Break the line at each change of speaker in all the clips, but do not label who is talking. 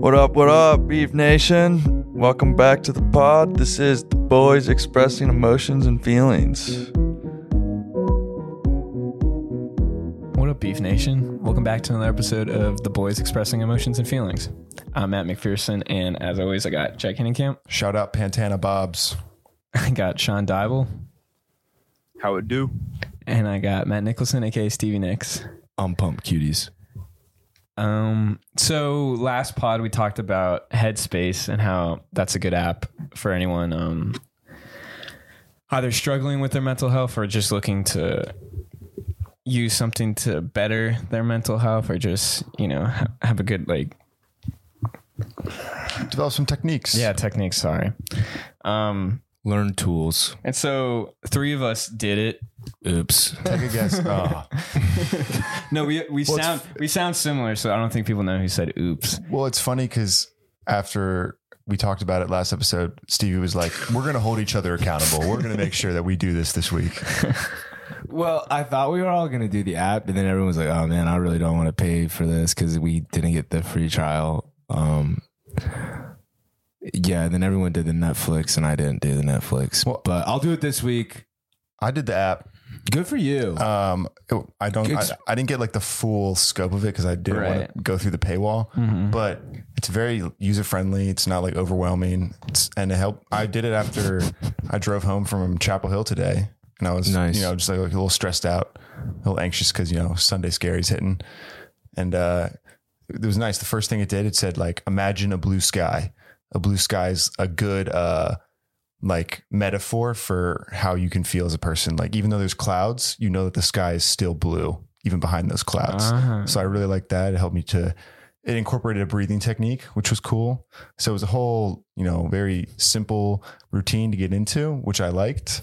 What up, what up, Beef Nation? Welcome back to the pod. This is the boys expressing emotions and feelings.
What up, Beef Nation? Welcome back to another episode of The Boys Expressing Emotions and Feelings. I'm Matt McPherson, and as always, I got Jack Henningcamp.
Shout out Pantana Bob's.
I got Sean Dybel,
How it do?
and I got Matt Nicholson, aka Stevie Nicks.
I'm pumped, cuties.
Um, so last pod we talked about Headspace and how that's a good app for anyone um either struggling with their mental health or just looking to use something to better their mental health or just, you know, ha- have a good like
Develop some techniques.
yeah, technique, sorry. Um
Learn tools.
And so three of us did it.
Oops.
Take a guess. Ah.
No, we we
it's
sound we sound similar, so I don't think people know who said oops.
well, it's funny because after we talked about it last episode, Stevie was like, we're going to hold each other accountable. We're going to make sure that we do this this week.
Well, I thought we were all going to do the app, and then everyone was like, oh man, I really don't want to pay for this because we didn't get the free trial. Um, yeah, then everyone did the Netflix, and I didn't do the Netflix.
Well-
but I'll do it this week.
I did the app.
Good for you.
Um, it- I don't, I, I didn't get like the full scope of it because I didn't want to
Right.
go through the paywall, but it's very user friendly. It's not like overwhelming. It's, and it helped. I did it after I drove home from Chapel Hill today. And I was,
Nice.
you know, just like, a little stressed out, a little anxious because, you know, Sunday scary's hitting. And uh, it was nice. The first thing it did, it said, like, imagine a blue sky. A blue sky's a good, uh, like metaphor for how you can feel as a person. Like even though there's clouds, you know that the sky is still blue even behind those clouds.
Uh-huh.
So I really like that. It helped me to it incorporated a breathing technique, which was cool. So it was a whole, you know, very simple routine to get into, which I liked.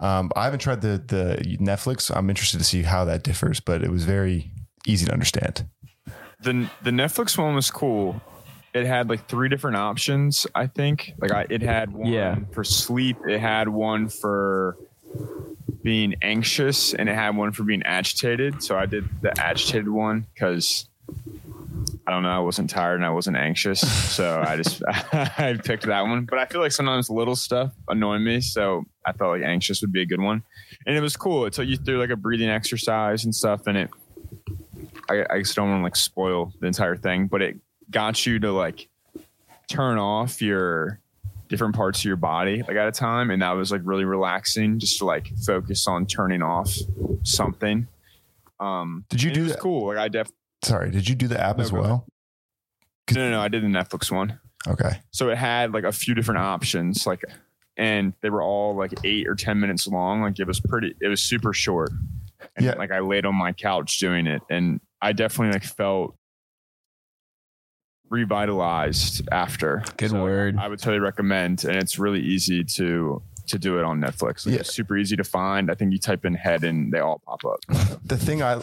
Um, I haven't tried the the Netflix. I'm interested to see how that differs, but it was very easy to understand.
The the Netflix one was cool. It had like three different options, I think. Like I, it had one
Yeah.
for sleep, it had one for being anxious, and it had one for being agitated. So I did the agitated one because I don't know, I wasn't tired and I wasn't anxious, so I just I picked that one. But I feel like sometimes little stuff annoy me, so I felt like anxious would be a good one. And it was cool. It took you through like a breathing exercise and stuff, and it I, I just don't want to like spoil the entire thing, but it got you to like turn off your different parts of your body like at a time, and that was like really relaxing, just to like focus on turning off something. Um,
Did you
and
do
it was
that-
cool? Like I def
Sorry, did you do the app
No,
as
go
well?
no, no, no, I did the Netflix one,
Okay.
so it had like a few different options, like, and they were all like eight or ten minutes long. Like it was pretty, it was super short. And
Yeah.
like I laid on my couch doing it, and I definitely like felt revitalized after.
Good word.
I would totally recommend, and it's really easy to to do it on Netflix. Like,
Yeah.
It's super easy to find. I think you type in head, and they all pop up.
The thing I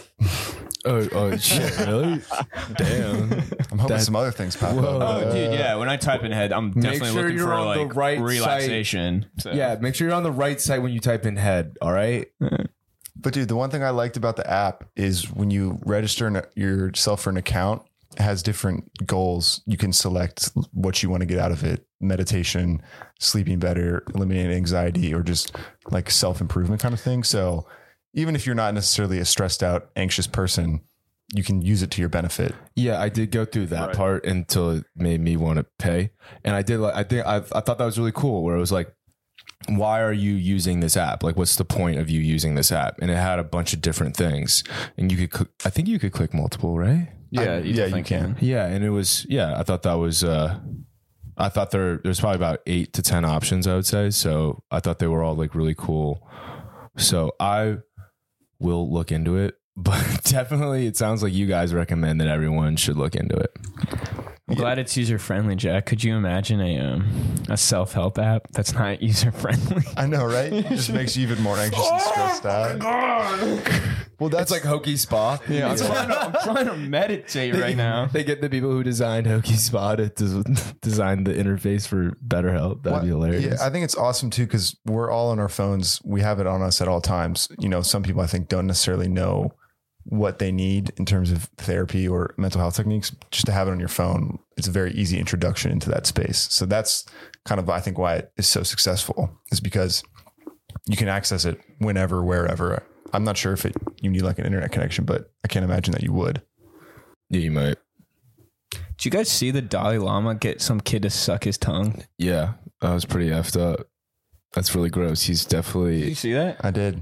oh, oh, shit, really? Damn.
I'm hoping
That-
some other things pop
Whoa.
up.
Oh,
Dude, yeah. When I type in head, I'm definitely
sure
looking
you're
for
on the
like
right site.
relaxation. So.
Yeah, make sure you're on the right side when you type in head, all right?
But dude, the one thing I liked about the app is when you register an, yourself for an account, it has different goals. You can select what you want to get out of it: meditation, sleeping better, eliminating anxiety, or just like self improvement kind of thing. So even if you're not necessarily a stressed out, anxious person, you can use it to your benefit.
Yeah, I did go through that
Right.
part until it made me want to pay. And I did like I think I I thought that was really cool where it was like why are you using this app? Like what's the point of you using this app? And it had a bunch of different things. And you could click, I think you could click multiple, right?
Yeah, you yeah, you can.
Yeah, and it was yeah, I thought that was uh I thought there there's probably about 8 to 10 options I would say. So, I thought they were all like really cool. So, I will look into it, but definitely it sounds like you guys recommend that everyone should look into it.
I'm glad it's user friendly, Jack. Could you imagine a um, a self help app that's not user friendly?
I know, right? It just makes you even more anxious and stressed out. Well, that's
It's like Hokey Spa. Yeah.
I'm trying to meditate right now.
They get the people who designed Hokey Spa to des- design the interface for BetterHelp. That'd be
Well,
hilarious.
Yeah, I think it's awesome too because we're all on our phones. We have it on us at all times. You know, some people I think don't necessarily know what they need in terms of therapy or mental health techniques, just to have it on your phone, it's a very easy introduction into that space. So that's kind of I think why it is so successful is because you can access it whenever, wherever. I'm not sure if it you need like an internet connection, but I can't imagine that you would.
Yeah, you might.
Did you guys see the Dalai Lama get some kid to suck his tongue?
Yeah, I was pretty effed up. That's really gross. He's definitely.
see that?
I did.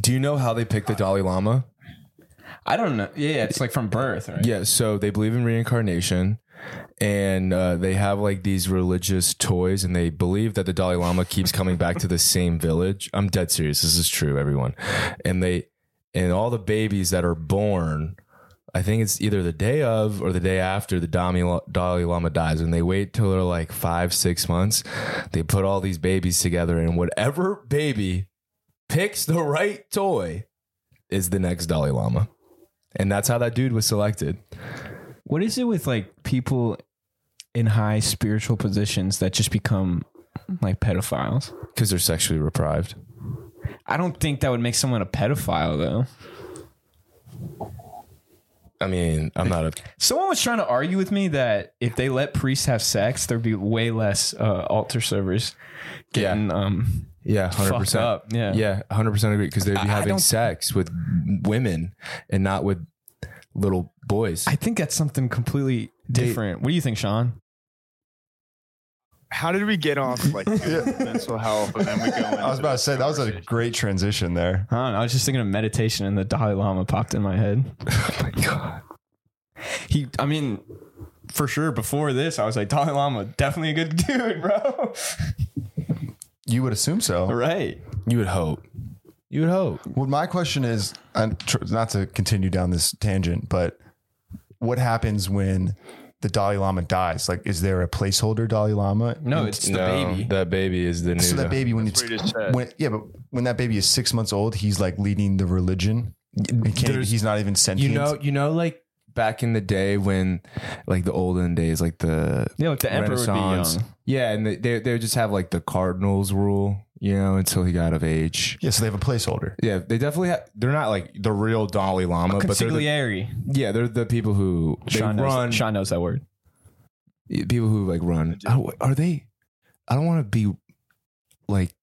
Do you know how they picked the Dalai Lama?
I don't know. Yeah, it's like from birth, right?
Yeah, so they believe in reincarnation and uh, they have like these religious toys and they believe that the Dalai Lama keeps coming back to the same village. I'm dead serious. This is true, everyone. And they and all the babies that are born I think it's either the day of or the day after the Dami- Dalai Lama dies, and they wait till they're like five, six months. They put all these babies together, and whatever baby picks the right toy is the next Dalai Lama. And that's how that dude was selected.
What is it with like people in high spiritual positions that just become like pedophiles?
Because they're sexually deprived.
I don't think that would make someone a pedophile though.
I mean, I'm not a.
Someone was trying to argue with me that if they let priests have sex, there'd be way less uh, altar servers
Yeah.
getting um
Yeah, hundred
fucked
percent.
up. Yeah.
Yeah, hundred percent agree. Because they'd be
I- I
having
don't-
sex with women and not with little boys.
I think that's something completely different. what do you think, Sean?
How did we get off like mental health and then we go?
I was about to say that was a great transition there.
I don't know. I was just thinking of meditation, and the Dalai Lama popped in my head.
oh my god.
He, I mean, for sure. Before this, I was like, Dalai Lama, definitely a good dude, bro.
You would assume so.
right?
You would hope. You would hope.
Well, my question is, and tr- not to continue down this tangent, but what happens when the Dalai Lama dies? Like, is there a placeholder Dalai Lama?
No, it's the baby.
That baby is the new.
So that baby, when it's
what you just said.
when, yeah, but when that baby is six months old, he's like leading the religion. He can't,
There's-
he's not even sentient.
you know, you know, like back in the day when, like the olden days, like the
Yeah, like the emperor would be
Renaissance.
young.
Yeah, and they- they they would just have like the cardinals rule, you know, until he got of age.
yeah. So they have a placeholder.
Yeah, they definitely have. They're not like the real Dalai Lama, but they're the,
Consigliere.
yeah, they're the people who they
Sean knows,
run.
Sean knows that word.
People who like run. Oh, are they? I don't want to be like.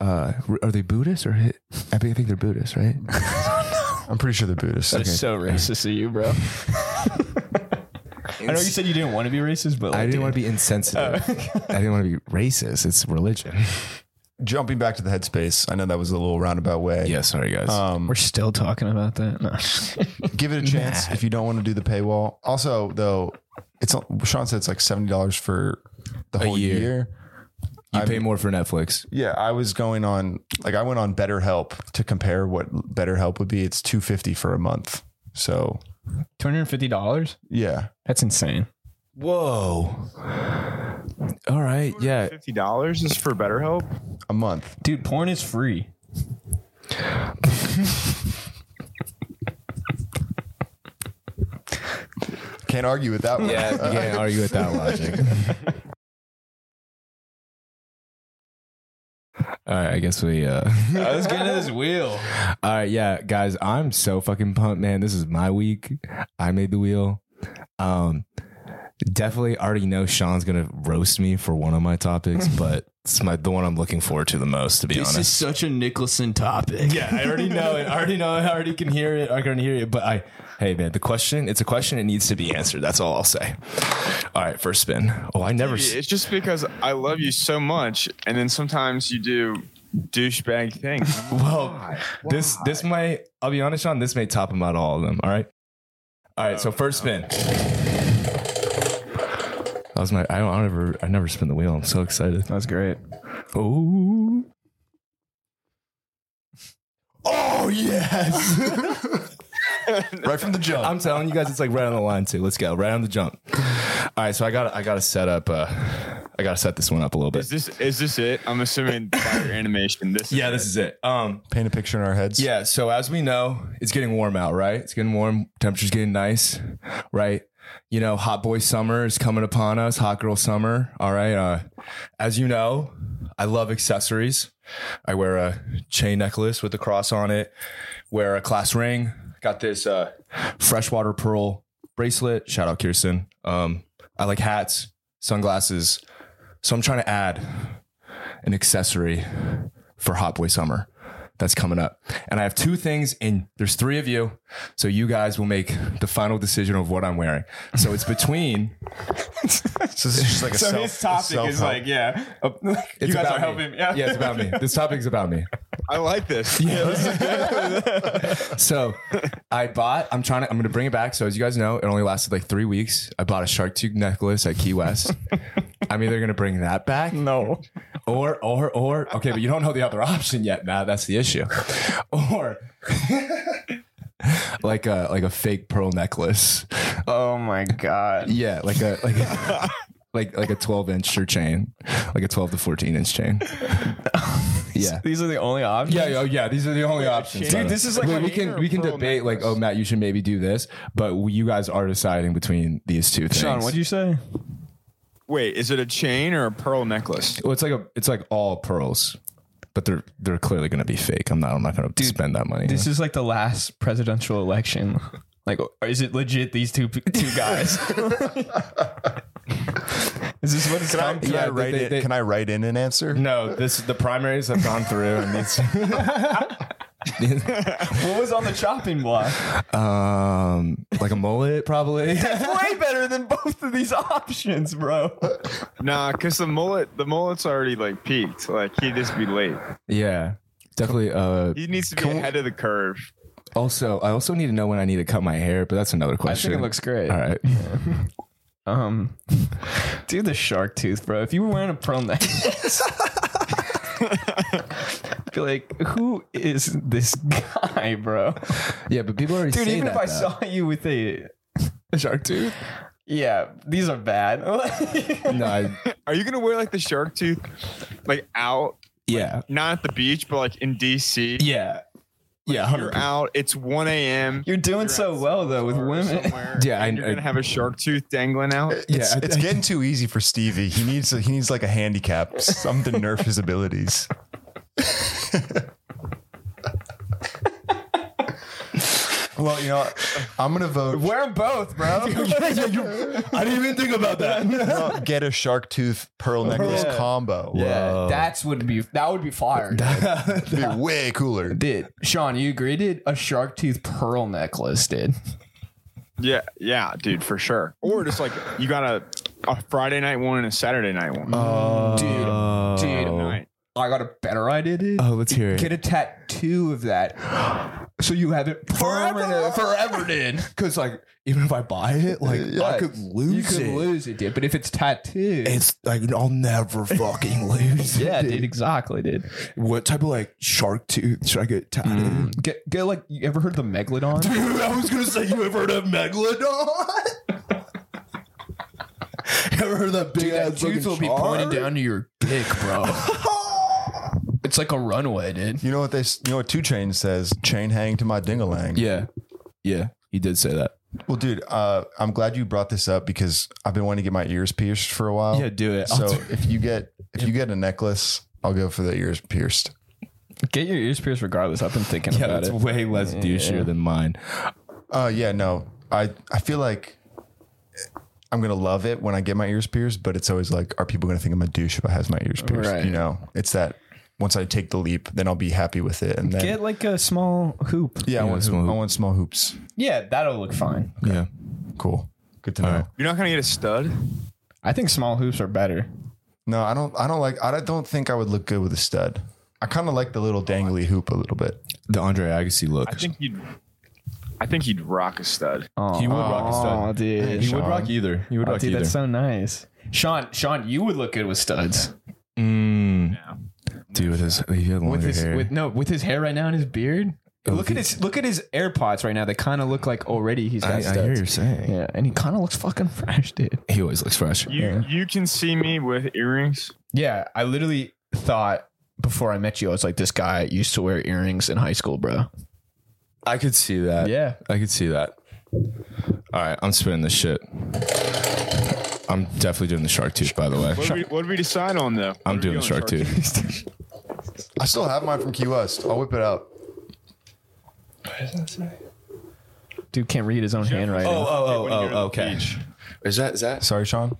Uh, are they Buddhist or? hi- I think they're Buddhist, right?
I'm pretty sure they're Buddhist.
That is so racist of you, bro. I know you said Oh. you didn't want to be racist, but like,
I didn't want to be insensitive. I didn't want to be racist. It's religion.
Jumping back to the headspace, I know that was a little roundabout way.
Yeah, sorry guys.
Um,
We're still talking about that. No.
give it a chance if you don't want to do the paywall. Also, though, it's Sean said it's like seventy dollars for the whole
year.
year.
you pay more for Netflix.
Yeah, I was going on like I went on BetterHelp to compare what BetterHelp would be. It's two fifty for a month. So
Two hundred and fifty dollars.
yeah,
That's insane.
Whoa. All right. Yeah.
Fifty dollars is for BetterHelp.
a month.
Dude, porn is free.
Can't argue with that one.
Yeah. You can't argue with that logic. All right, I guess we. uh
Let's get into this wheel.
All right, yeah, guys, I'm so fucking pumped, man. This is my week. I made the wheel. Um, definitely already know Sean's gonna roast me for one of my topics, but it's my the one I'm looking forward to the most, to be honest.
such a Nicholson topic.
Yeah, I already know it. I already know it. I already can hear it. I can hear it. But I, hey man, the question, it's a question. It needs to be answered. That's all I'll say. All right, first spin. Oh, I never. s-
It's just because I love you so much, and then sometimes you do douchebag things.
Well, this this might. I'll be honest, Sean. This may top them out all of them. All right. All right.
Oh,
so first spin. That was my. I don't, I don't ever. I never spin the wheel. I'm so excited.
That's great.
Oh. Oh yes.
right from the jump.
I'm telling you guys, it's like right on the line too. Let's go, right on the jump. All right, so I got I got to set up. Uh, I got to set this one up a little
Is
bit.
this is this it? I'm assuming by your animation. This
Yeah, this is it. Um,
Paint a picture in our heads.
yeah. So as we know, it's getting warm out, right? It's getting warm. Temperature's getting nice, right? You know, hot boy summer is coming upon us. Hot girl summer. All right. Uh, as you know, I love accessories. I wear a chain necklace with a cross on it. Wear a class ring. Got this uh, freshwater pearl bracelet. Shout out Kirsten. Um, I like hats, sunglasses. So I'm trying to add an accessory for Hot Boy Summer that's coming up. And I have two things, and there's three of you. So you guys will make the final decision of what I'm wearing. So it's between.
So this is just like a self. self-help.
yeah,
Oh, It's about me. yeah, it's about me. This topic is about me.
I like this.
So I bought, I'm trying to, I'm going to bring it back. So as you guys know, it only lasted like three weeks. I bought a shark tooth necklace at Key West. I'm either going to bring that back. No. Or, or, or, okay, but you don't know the other option yet, Matt. That's the issue. Or like a, like a fake pearl necklace.
Oh my god.
Yeah. Like a, like a, like, like a 12 inch shirt chain, like a 12 to 14 inch chain. Yeah.
These are the only options.
Yeah, yeah, yeah. These are the only options.
Dude, this is like
Wait,
an
we can we can debate like, oh, Matt, you should maybe do this, but we, you guys are deciding between these two things.
Sean, what do you say?
Wait, is it a chain or a pearl necklace?
Well, it's like a, it's like all pearls, but they're they're clearly going to be fake. I'm not I'm not going to spend that money.
This is like the last presidential election. Like, or is it legit? These two two guys. is this what it's
Can I,
called?
can
Yeah,
I write
they-
in,
they-
Can I write in an answer?
no, this the primaries have gone through, and it's
What was on the chopping block?
um like a mullet probably.
Way better than both of these options, bro.
Nah, because the mullet, the mullet's already like peaked. Like he'd just be late.
yeah, definitely. Uh,
He needs to be ahead of the curve.
also, I also need to know when I need to cut my hair, but that's another
I
question.
think it looks great.
all right.
Um, dude, the shark tooth, bro. If you were wearing a pearl necklace, I'd be like, who is this guy, bro?
Yeah, but people already
Dude,
say
even
that,
if I
though.
saw you with a,
a shark tooth.
yeah, these are bad.
No, I,
Are you gonna wear like the shark tooth, like out,
yeah,
not at the beach, but like in DC?
yeah, yeah. 100%.
You're out. It's 1 a.m.
You're doing so well though with women.
somewhere,
Yeah, I-
and you're
I-
gonna have a shark tooth dangling out.
It's,
Yeah, I-
it's getting too easy for Stevie. He needs he needs like a handicap, something to nerf his abilities. well, you know, what? I'm gonna vote.
Wear them both, bro.
I didn't even think about that.
no, Get a shark tooth pearl necklace
Yeah.
combo.
yeah, that's would be that would be fire.
It'd be way cooler.
Did Sean, you agree? Did a shark tooth pearl necklace? Did
Yeah, yeah, dude, for sure. Or just like you got a, a Friday night one and a Saturday night one.
dude, dude,
Night.
I got a better idea, dude.
Oh, let's hear it.
Get a tattoo of that, so you have it permanent, forever, dude.
Because like, even if I buy it, like I could lose
You could
it.
lose it, dude. But if it's tattooed,
It's like I'll never fucking lose.
yeah,
it,
dude, exactly, dude.
What type of like shark tooth should I get tattooed?
Get get like you ever heard the megalodon?
Dude, I was gonna say you ever heard of megalodon? ever heard of that big ass
tooth will be pointed down to your dick, bro. it's like a runway, dude.
You know what they? s- You know what? Two Chain says, "Chain hang to my dingalang."
Yeah, yeah, he did say that.
Well, dude, uh, I'm glad you brought this up because I've been wanting to get my ears pierced for a while.
Yeah, do it.
So if you get if you get a necklace, I'll go for the ears pierced.
Get your ears pierced, regardless. I've been thinking
yeah, that's way less douchier than mine.
Uh yeah, no. I I feel like I'm gonna love it when I get my ears pierced, but it's always like, are people gonna think I'm a douche if I have my ears pierced?
Right.
You know, it's that once I take the leap, then I'll be happy with it. And then
Get like a small hoop.
yeah, I want
small
small I
hoop.
want small hoops.
Yeah, that'll look fine.
Yeah.
Cool. Good to know.
right.
You're not gonna get a stud.
I think small hoops are better.
No, I don't. I don't like. I don't think I would look good with a stud. I kind of like the little dangly hoop a little bit.
The Andre Agassi look.
I think you'd, I think you'd rock a stud.
Oh,
He would rock a stud.
dude.
He would rock either. He would
Oh,
rock
dude,
either.
that's so nice. Sean, Sean, you would look good with studs.
Mm. Dude, with his he had longer
With his,
hair. Oh,
with no, with his hair right now and his beard. Look at his look at his AirPods right now. They kind of look like already he's got
I, I
studs.
hear you're saying.
yeah, and he kind of looks fucking fresh, dude.
He always looks fresh.
You you can see me with earrings.
Yeah, I literally thought before I met you, I was like, this guy used to wear earrings in high school, bro.
I could see that.
Yeah.
I could see that. All right, I'm spinning this shit. I'm definitely doing the shark tooth, by the way.
What did we, what did we decide on though?
I'm
What did
doing
we
the
go on,
shark tooth.
I still have mine from Key West. I'll whip it out.
dude can't read his own handwriting.
Oh, oh, oh,
When you go
oh,
to the
okay.
beach.
Is that is that?
Sorry, Sean.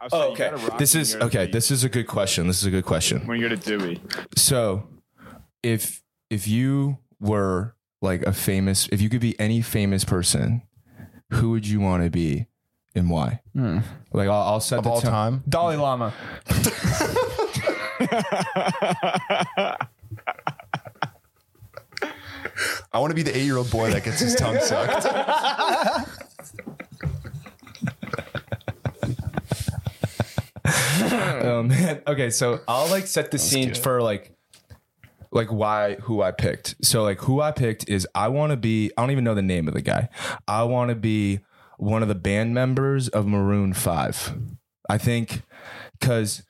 I was
Oh,
saying, you
okay.
gotta rock
This
when
is
you're at the
okay.
beach.
This is a good question. This is a good question.
when you go to Dewey.
So, if if you were like a famous, if you could be any famous person, who would you want to be, and why? Like I'll, I'll set
Hmm. Of
the
all
tone-
time,
Dalai Lama.
I want to be the eight-year-old boy that gets his tongue sucked.
Oh man. Okay, so I'll like set the scene for like like why who I picked. So like who I picked is I want to be I don't even know the name of the guy. I want to be one of the band members of Maroon 5. I think cuz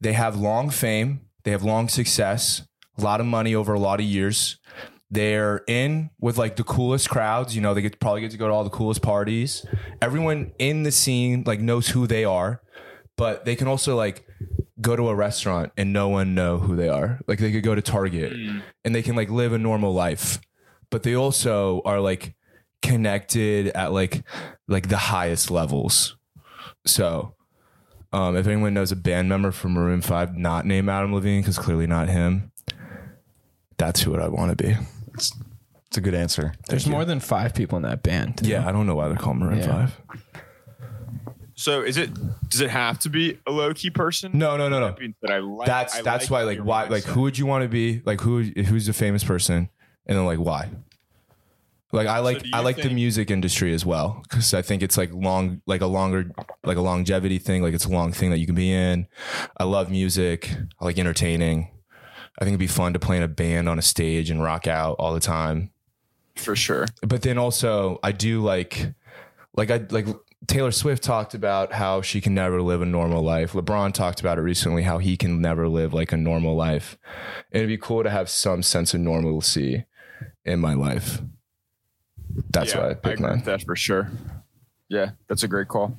they have long fame, they have long success, a lot of money over a lot of years. They're in with like the coolest crowds, you know, they get probably get to go to all the coolest parties. Everyone in the scene like knows who they are but they can also like go to a restaurant and no one know who they are. Like they could go to Target
Hmm.
and they can like live a normal life, but they also are like connected at like like the highest levels. So, um, if anyone knows a band member from Maroon Five, not named Adam Levine, because clearly not him, that's who I want to be.
It's a good answer.
There's more than five people in that band.
Yeah, I don't know why they're called Maroon
Yeah.
Five.
So is it? Does it have to be a low key person?
No, no, no, no.
That means that I like.
That's
I
that's why like
your
why like
mindset.
who would you want to be like who who's the famous person and then like why like I like
do
I
you
like the
think-
music industry as well because I think it's like long like a longer like a longevity thing like it's a long thing that you can be in I love music I like entertaining I think it'd be fun to play in a band on a stage and rock out all the time
for sure.
but then also I do like like I like Taylor Swift talked about how she can never live a normal life. LeBron talked about it recently how he can never live like a normal life. It'd be cool to have some sense of normalcy in my life. That's
yeah,
why I
I
picked
agree with
mine.
that for sure. Yeah, that's a great call.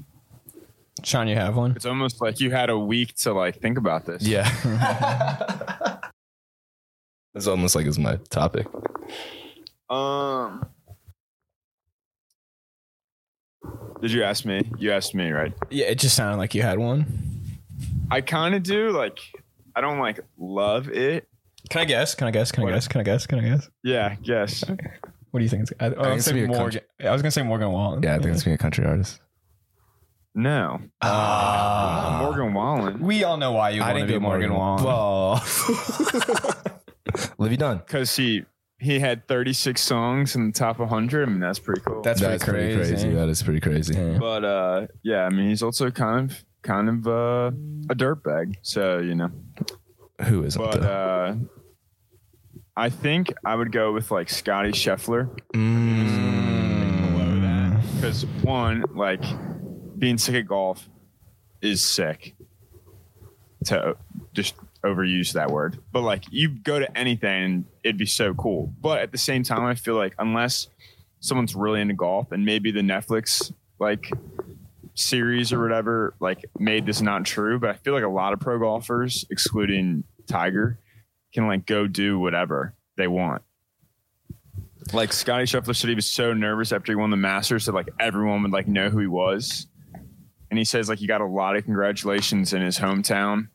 Sean, you have one?
It's almost like you had a week to like think about this.
Yeah. That's almost like it's my topic.
Um. Did you ask me? You asked me, right?
Yeah, it just sounded like you had one.
I kind of do. Like, I don't like love it.
Can I guess? Can I guess? Can I guess? Can I guess? Can I guess?
Yeah, guess.
What do you think? It's, I, I,
think
was
it's
gonna
gonna
say
be a
Morgan, I was gonna say Morgan Wallen.
Yeah, I think it's being a country artist.
No,
Ah.
Morgan Wallen.
we all know why you
I
want to
didn't
be
get
Morgan,
Morgan
Wallen.
Well. Livy Dunn.
Because he he had 36 songs in the top 100. I mean, that's pretty cool.
That's, pretty crazy.
That is pretty crazy.
Yeah.
But uh, yeah, I mean, he's also kind of kind of uh, a dirtbag. So you know,
Who isn't
but
though?
uh, I think I would go with like Scotty Scheffler
Mm. uh,
because one, like being sick at golf is sick. To just overuse that word, but like you go to anything, and it'd be so cool. But at the same time, I feel like unless someone's really into golf, and maybe the Netflix like series or whatever like made this not true, but I feel like a lot of pro golfers, excluding Tiger, can like go do whatever they want. Like Scotty Scheffler said, he was so nervous after he won the Masters that like everyone would like know who he was, and he says like he got a lot of congratulations in his hometown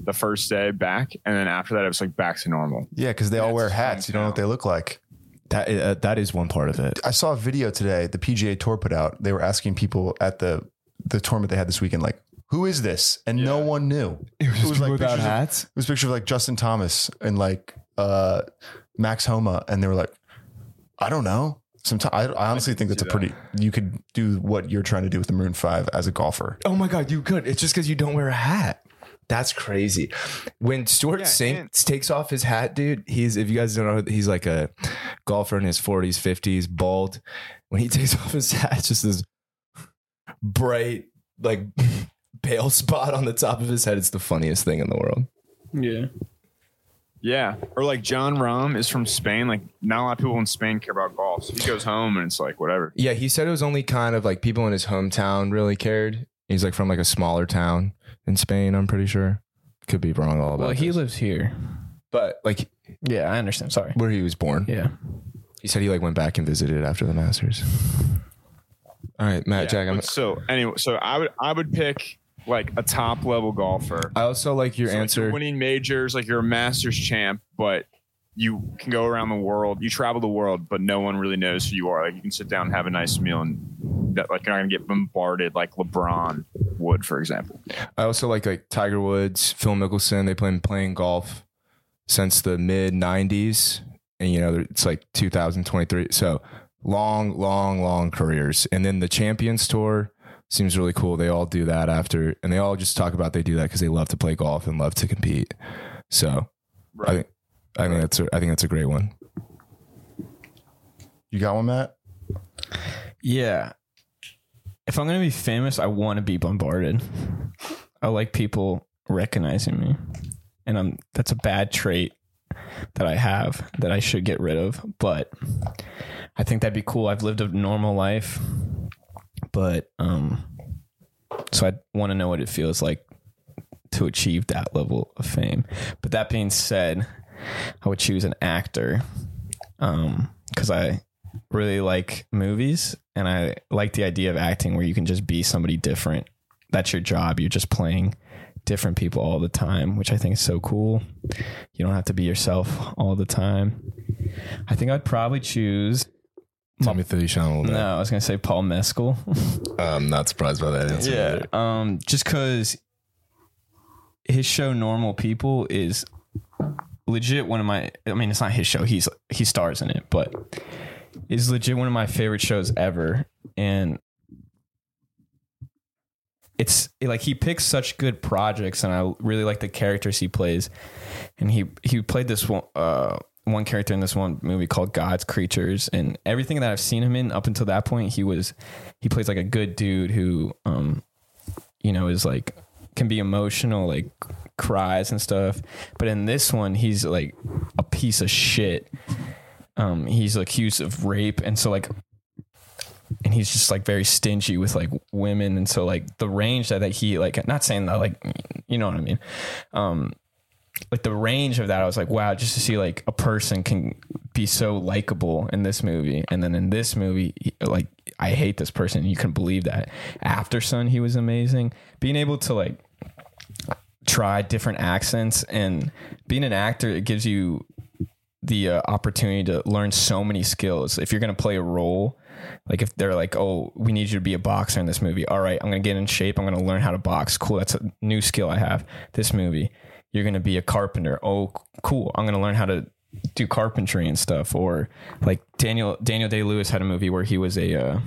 the first day back, and then after that it was like back to normal.
Yeah, because they all
That's
wear
fine
hats. You don't know what
now.
they look like.
That uh, that is one part of it.
I saw a video today. The PGA Tour put out. They were asking people at the the tournament they had this weekend, like, who is this? And no
Yeah.
one knew. It was, like without hats. it was a picture of like Justin Thomas and like uh, Max Homa, and they were like, I don't know. Sometimes I, I honestly think that's a
see
pretty. You could do what you're trying to do with the Maroon Five as a golfer.
Oh my god, you could. It's just because you don't wear a hat. That's crazy. When Stuart
Yeah,
Sink
and-
takes off his hat, dude, he's if you guys don't know, he's like a golfer in his 40s, 50s, bald. When he takes off his hat, it's just this bright, like pale spot on the top of his head. It's the funniest thing in the world.
Yeah.
Yeah, or like John Rahm is from Spain. Like not a lot of people in Spain care about golf. So he goes home and it's like whatever.
Yeah, he said it was only kind of like people in his hometown really cared. He's like from like a smaller town in Spain, I'm pretty sure. Could be wrong all about
Well,
it.
he lives here.
but like
Yeah, I understand. Sorry.
where he was born.
Yeah.
He said he like went back and visited after the Masters. All right, Matt, Jack. I'm,
But so anyway, so I would I would pick like a top level golfer.
I also like your
So, like,
answer.
you're winning majors, like you're a Masters champ, but you can go around the world. You travel the world, but no one really knows who you are. Like you can sit down and have a nice meal, and that like you're not gonna get bombarded like LeBron would, for example.
I also like like Tiger Woods, Phil Mickelson. They've been playing golf since the mid '90s, and you know they're- it's like 2023. So long, long, long careers. And then the Champions Tour seems really cool. They all do that after, and they all just talk about they do that because they love to play golf and love to compete. So I think I think that's a, I think that's a great one.
You got one, Matt?
Yeah. If I'm gonna be famous, I want to be bombarded. I like people recognizing me, and I'm that's a bad trait that I have that I should get rid of. But I think that'd be cool. I've lived a normal life, but um, so I want to know what it feels like to achieve that level of fame. But that being said, I would choose an actor, um, because I really like movies and I like the idea of acting where you can just be somebody different. That's your job. You're just playing different people all the time, which I think is so cool. You don't have to be yourself all the time. I think I'd probably choose
Timothy Chalamet.
no, I was gonna say Paul Mescal.
I'm not surprised by that answer.
Yeah. Um, just because his show Normal People is legit one of my I mean it's not his show, he's he stars in it, but is legit one of my favorite shows ever. And it's like he picks such good projects and I really like the characters he plays. And he he played this one uh one character in this one movie called God's Creatures and everything that I've seen him in up until that point he was he plays like a good dude who um you know is like can be emotional like cries and stuff but in this one he's like a piece of shit um he's accused of rape and so like and he's just like very stingy with like women and so like the range that, that he like not saying that like you know what i mean um like the range of that i was like wow just to see like a person can be so likable in this movie and then in this movie he- like i hate this person you can believe that after sun he was amazing being able to like try different accents and being an actor it gives you the uh, opportunity to learn so many skills. If you're going to play a role, like if they're like, "Oh, we need you to be a boxer in this movie." All right, I'm going to get in shape. I'm going to learn how to box. Cool, that's a new skill I have. This movie, you're going to be a carpenter. Oh, c- cool. I'm going to learn how to do carpentry and stuff or like Daniel Daniel Day-Lewis had a movie where he was a uh,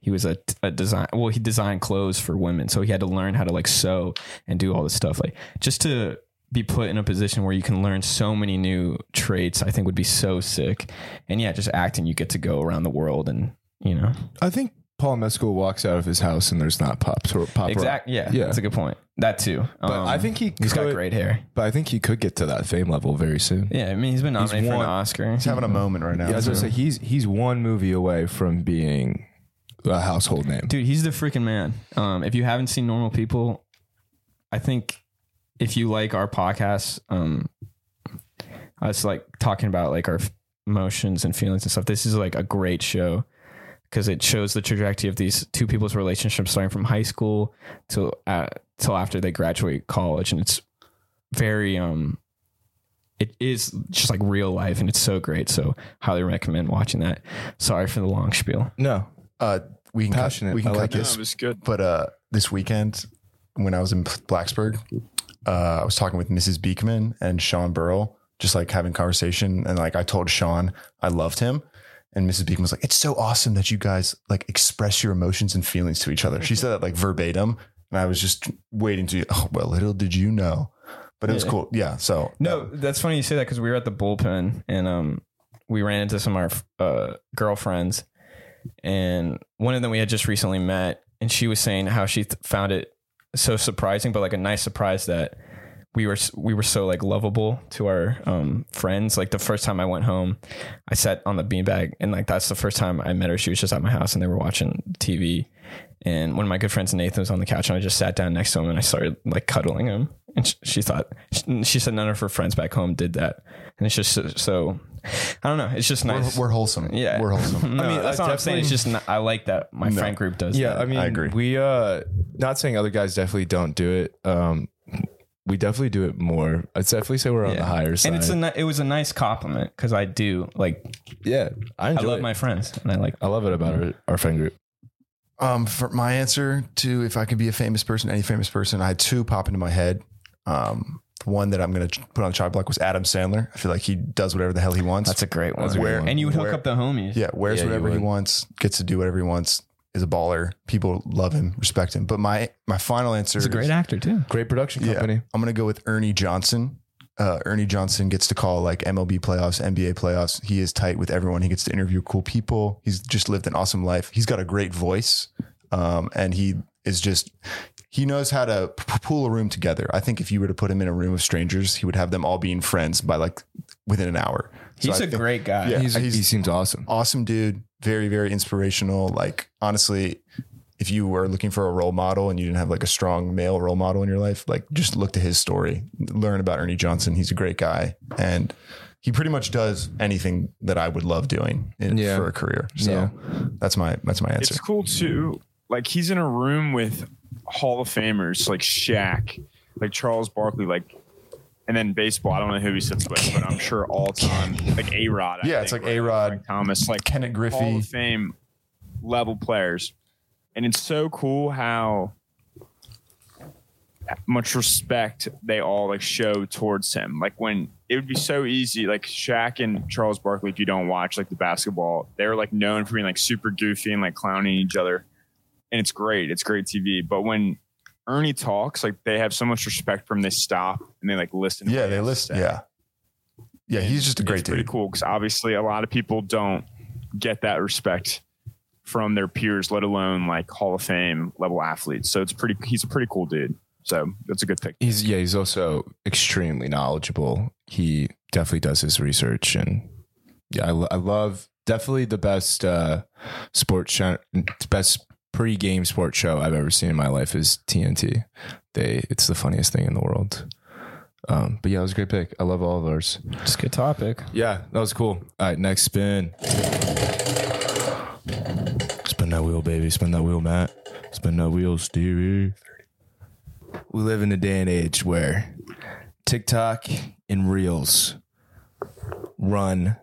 he was a, a design well he designed clothes for women so he had to learn how to like sew and do all this stuff like just to be put in a position where you can learn so many new traits i think would be so sick and yeah just acting you get to go around the world and you know
I think Paul Mescal walks out of his house and there's not pop pop
exactly yeah,
Yeah.
that's a good point that too Um,
But I think he
he's got
could-
great hair
But I think he could get to that fame level very soon.
yeah i mean he's been nominated for
won-
an oscar
He's having a moment right now.
Mm-hmm. Yeah, I was gonna
too.
say he's he's one movie away from being a household name.
dude he's the freaking man um if you haven't seen normal people i think if you like our podcast um us like talking about like our f- emotions and feelings and stuff this is like a great show because it shows the trajectory of these two people's relationships starting from high school till uh, till after they graduate college and it's very um it is just like real life and it's so great so highly recommend watching that sorry for the long spiel
No,
uh, we can
Passionate.
Cut, we can
I
cut
like
No,
this.
it was good.
but uh, this weekend when I was in Blacksburg, uh, I was talking with Mrs. Beekman and Sean Burrell, just like having conversation. And like I told Sean I loved him. And Mrs. Beekman was like, it's so awesome that you guys like express your emotions and feelings to each other. She said that like verbatim. And I was just waiting to, oh, well, little did you know. But it was
Yeah.
cool. Yeah. So uh,
No, that's funny you say that because we were at the bullpen and um, we ran into some of our uh, girlfriends, and one of them we had just recently met, and she was saying how she th- found it so surprising, but like a nice surprise that we were s- we were so like lovable to our um, friends. Like the first time I went home, I sat on the beanbag, and like that's the first time I met her. She was just at my house, and they were watching TV. And one of my good friends, Nathan, was on the couch, and I just sat down next to him, and I started like cuddling him, And sh- she thought she- she said none of her friends back home did that, and it's just so, so I don't know. It's just nice.
We're, we're wholesome.
Yeah.
We're wholesome.
no, I
I mean,
mean, that's
I
not what I'm saying. It's
definitely-
just not, I like that my friend group does.
Yeah,
that.
I mean,
I agree.
We uh, not saying other guys definitely don't do it. Um, we definitely do it more. I'd definitely say we're on the higher side.
and it's a ni- it was a nice compliment because I do like
yeah, I
I
enjoy
love
it.
my friends and I like
I love it about our, our friend group.
Um, for my answer to if I could be a famous person, any famous person, I had two pop into my head. Um, the one that I'm going to put on the chopping block was Adam Sandler. I feel like he does whatever the hell he wants.
that's a great one.
That's a good
Where-
one.
and you would hook
Where-
up the homies.
Yeah, wears
Yeah, you
whatever he
would.
wants, gets to do whatever he wants, is a baller. People love him, respect him. But my my final answer
he's a great
is,
actor too.
Great production
Yeah.
company.
I'm gonna go with Ernie Johnson. Uh, Ernie Johnson gets to call like MLB playoffs, NBA playoffs. He is tight with everyone. He gets to interview cool people. He's just lived an awesome life. He's got a great voice, um, and he is just he knows how to p- p- pull a room together. I think if you were to put him in a room of strangers, he would have them all being friends by like within an hour. So
He's
I
a
think-
great guy.
Yeah,
He's,
he's-
he seems awesome.
awesome dude, very, very inspirational. Like, honestly, if you were looking for a role model and you didn't have like a strong male role model in your life, like just look to his story, learn about Ernie Johnson. He's a great guy. And he pretty much does anything that I would love doing in,
Yeah.
for a career. So
Yeah.
that's my, that's my answer.
It's cool too. Like he's in a room with Hall of Famers like Shaq, like Charles Barkley, like, and then baseball. I don't know who he sits with, but I'm sure all time like A Rod.
Yeah, it's like A-Rod,
Thomas, like
Kenneth
Hall
Griffey.
of Fame level players, and it's so cool how much respect they all like show towards him. Like when it would be so easy, like Shaq and Charles Barkley, if you don't watch like the basketball, they're like known for being like super goofy and like clowning each other. And it's great. It's great TV. But when Ernie talks, like they have so much respect for him, they stop and they like listen. to
Yeah.
what he
They
has to
list.
say.
Yeah. Yeah. He's just a great
It's pretty
dude.
cool because obviously a lot of people don't get that respect from their peers, let alone like Hall of Fame level athletes. So it's pretty. He's a pretty cool dude. So that's a good pick.
He's yeah. He's also extremely knowledgeable. He definitely does his research, and yeah, I, lo- I love definitely the best uh, sports show, best pre-game sports show I've ever seen in my life is TNT. They it's the funniest thing in the world. Um, but yeah, it was a great pick. I love all of ours.
It's a good topic.
Yeah, that was cool. All right, next spin. Spin that wheel, baby. Spin that wheel, Matt. Spin that wheel, Stevie. We live in a day and age where TikTok and Reels run.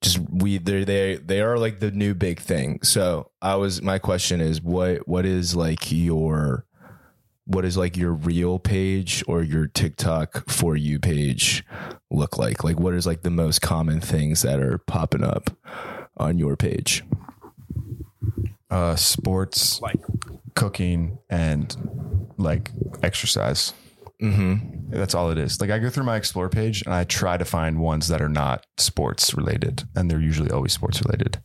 Just we they they they are like the new big thing. So I was my question is what what is like your what is like your real page or your TikTok for you page look like? Like what is like the most common things that are popping up on your page?
Uh, sports,
Like
cooking and like exercise.
Mm-hmm.
That's all it is. Like I go through my explore page and I try to find ones that are not sports related, and they're usually always sports related.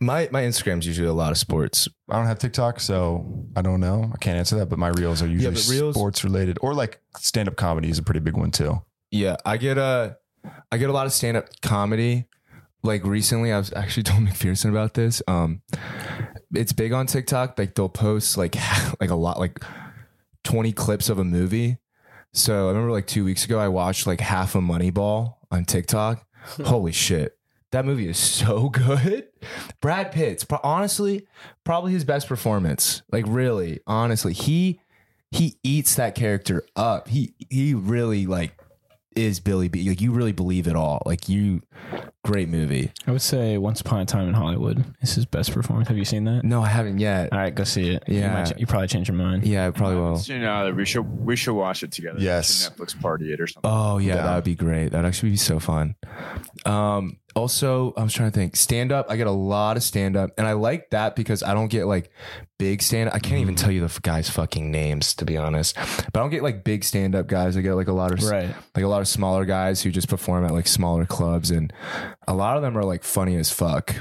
My my Instagram's usually a lot of sports.
I don't have TikTok, so I don't know. I can't answer that, but my reels are usually
but reels-
sports related or like stand up comedy is a pretty big one too.
Yeah, I get a I get a lot of stand up comedy. Like recently, I was actually told McPherson about this. Um, it's big on TikTok. Like they'll post like like a lot like twenty clips of a movie. So I remember like two weeks ago, I watched like half a Moneyball on TikTok. Holy shit, that movie is so good. Brad Pitt's pro- honestly probably his best performance. Like really, honestly, he he eats that character up. He he really like is Billy B. Like you really believe it all. Like you, great movie.
I would say Once Upon a Time in Hollywood is his best performance. Have you seen that?
No, I haven't yet.
All right, go see it. You,
Yeah.
might ch- you probably change your mind.
Yeah, I probably will.
you know, we should we should watch it together.
Yes.
Like, Netflix party it or something.
Oh yeah,
Yeah.
that would be great. That'd actually be so fun. Um, also, I was trying to think. Stand up. I get a lot of stand up, and I like that because I don't get like big stand. I can't even tell you the f- guys' fucking names to be honest. But I don't get like big stand up guys. I get like a lot of s-
Right.
like a lot of smaller guys who just perform at like smaller clubs, and a lot of them are like funny as fuck.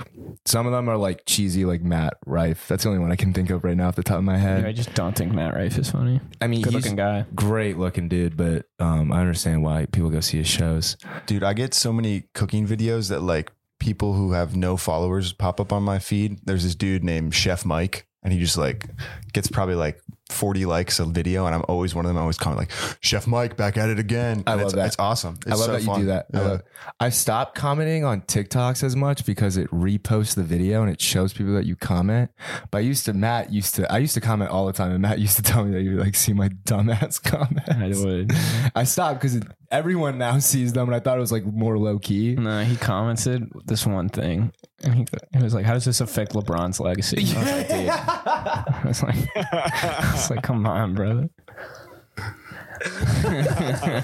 Some of them are like cheesy, like Matt Rife. That's the only one I can think of right now off the top of my head.
Yeah, I just don't think Matt Rife is funny.
I mean,
Good
he's
looking guy.
great looking dude, but um, I understand why people go see his shows.
Dude, I get so many cooking videos that like people who have no followers pop up on my feed. There's this dude named Chef Mike, and he just like gets probably like 40 likes a video, and I'm always one of them. I always comment like, "Chef Mike, back at it again."
I
And
love
it's,
that.
It's awesome. It's
I love
so
that you
fun.
do that. I
Yeah.
love I've stopped commenting on TikToks as much because it reposts the video and it shows people that you comment. But I used to Matt used to I used to comment all the time, and Matt used to tell me that you like see my dumbass
I
comments.
would.
I stopped because everyone now sees them, and I thought it was like more low key.
Mm.
No, he commented this one thing, and he, he was like, "How does this affect LeBron's legacy?" I was like, "Dude." I was like, I was like, "Come on, brother."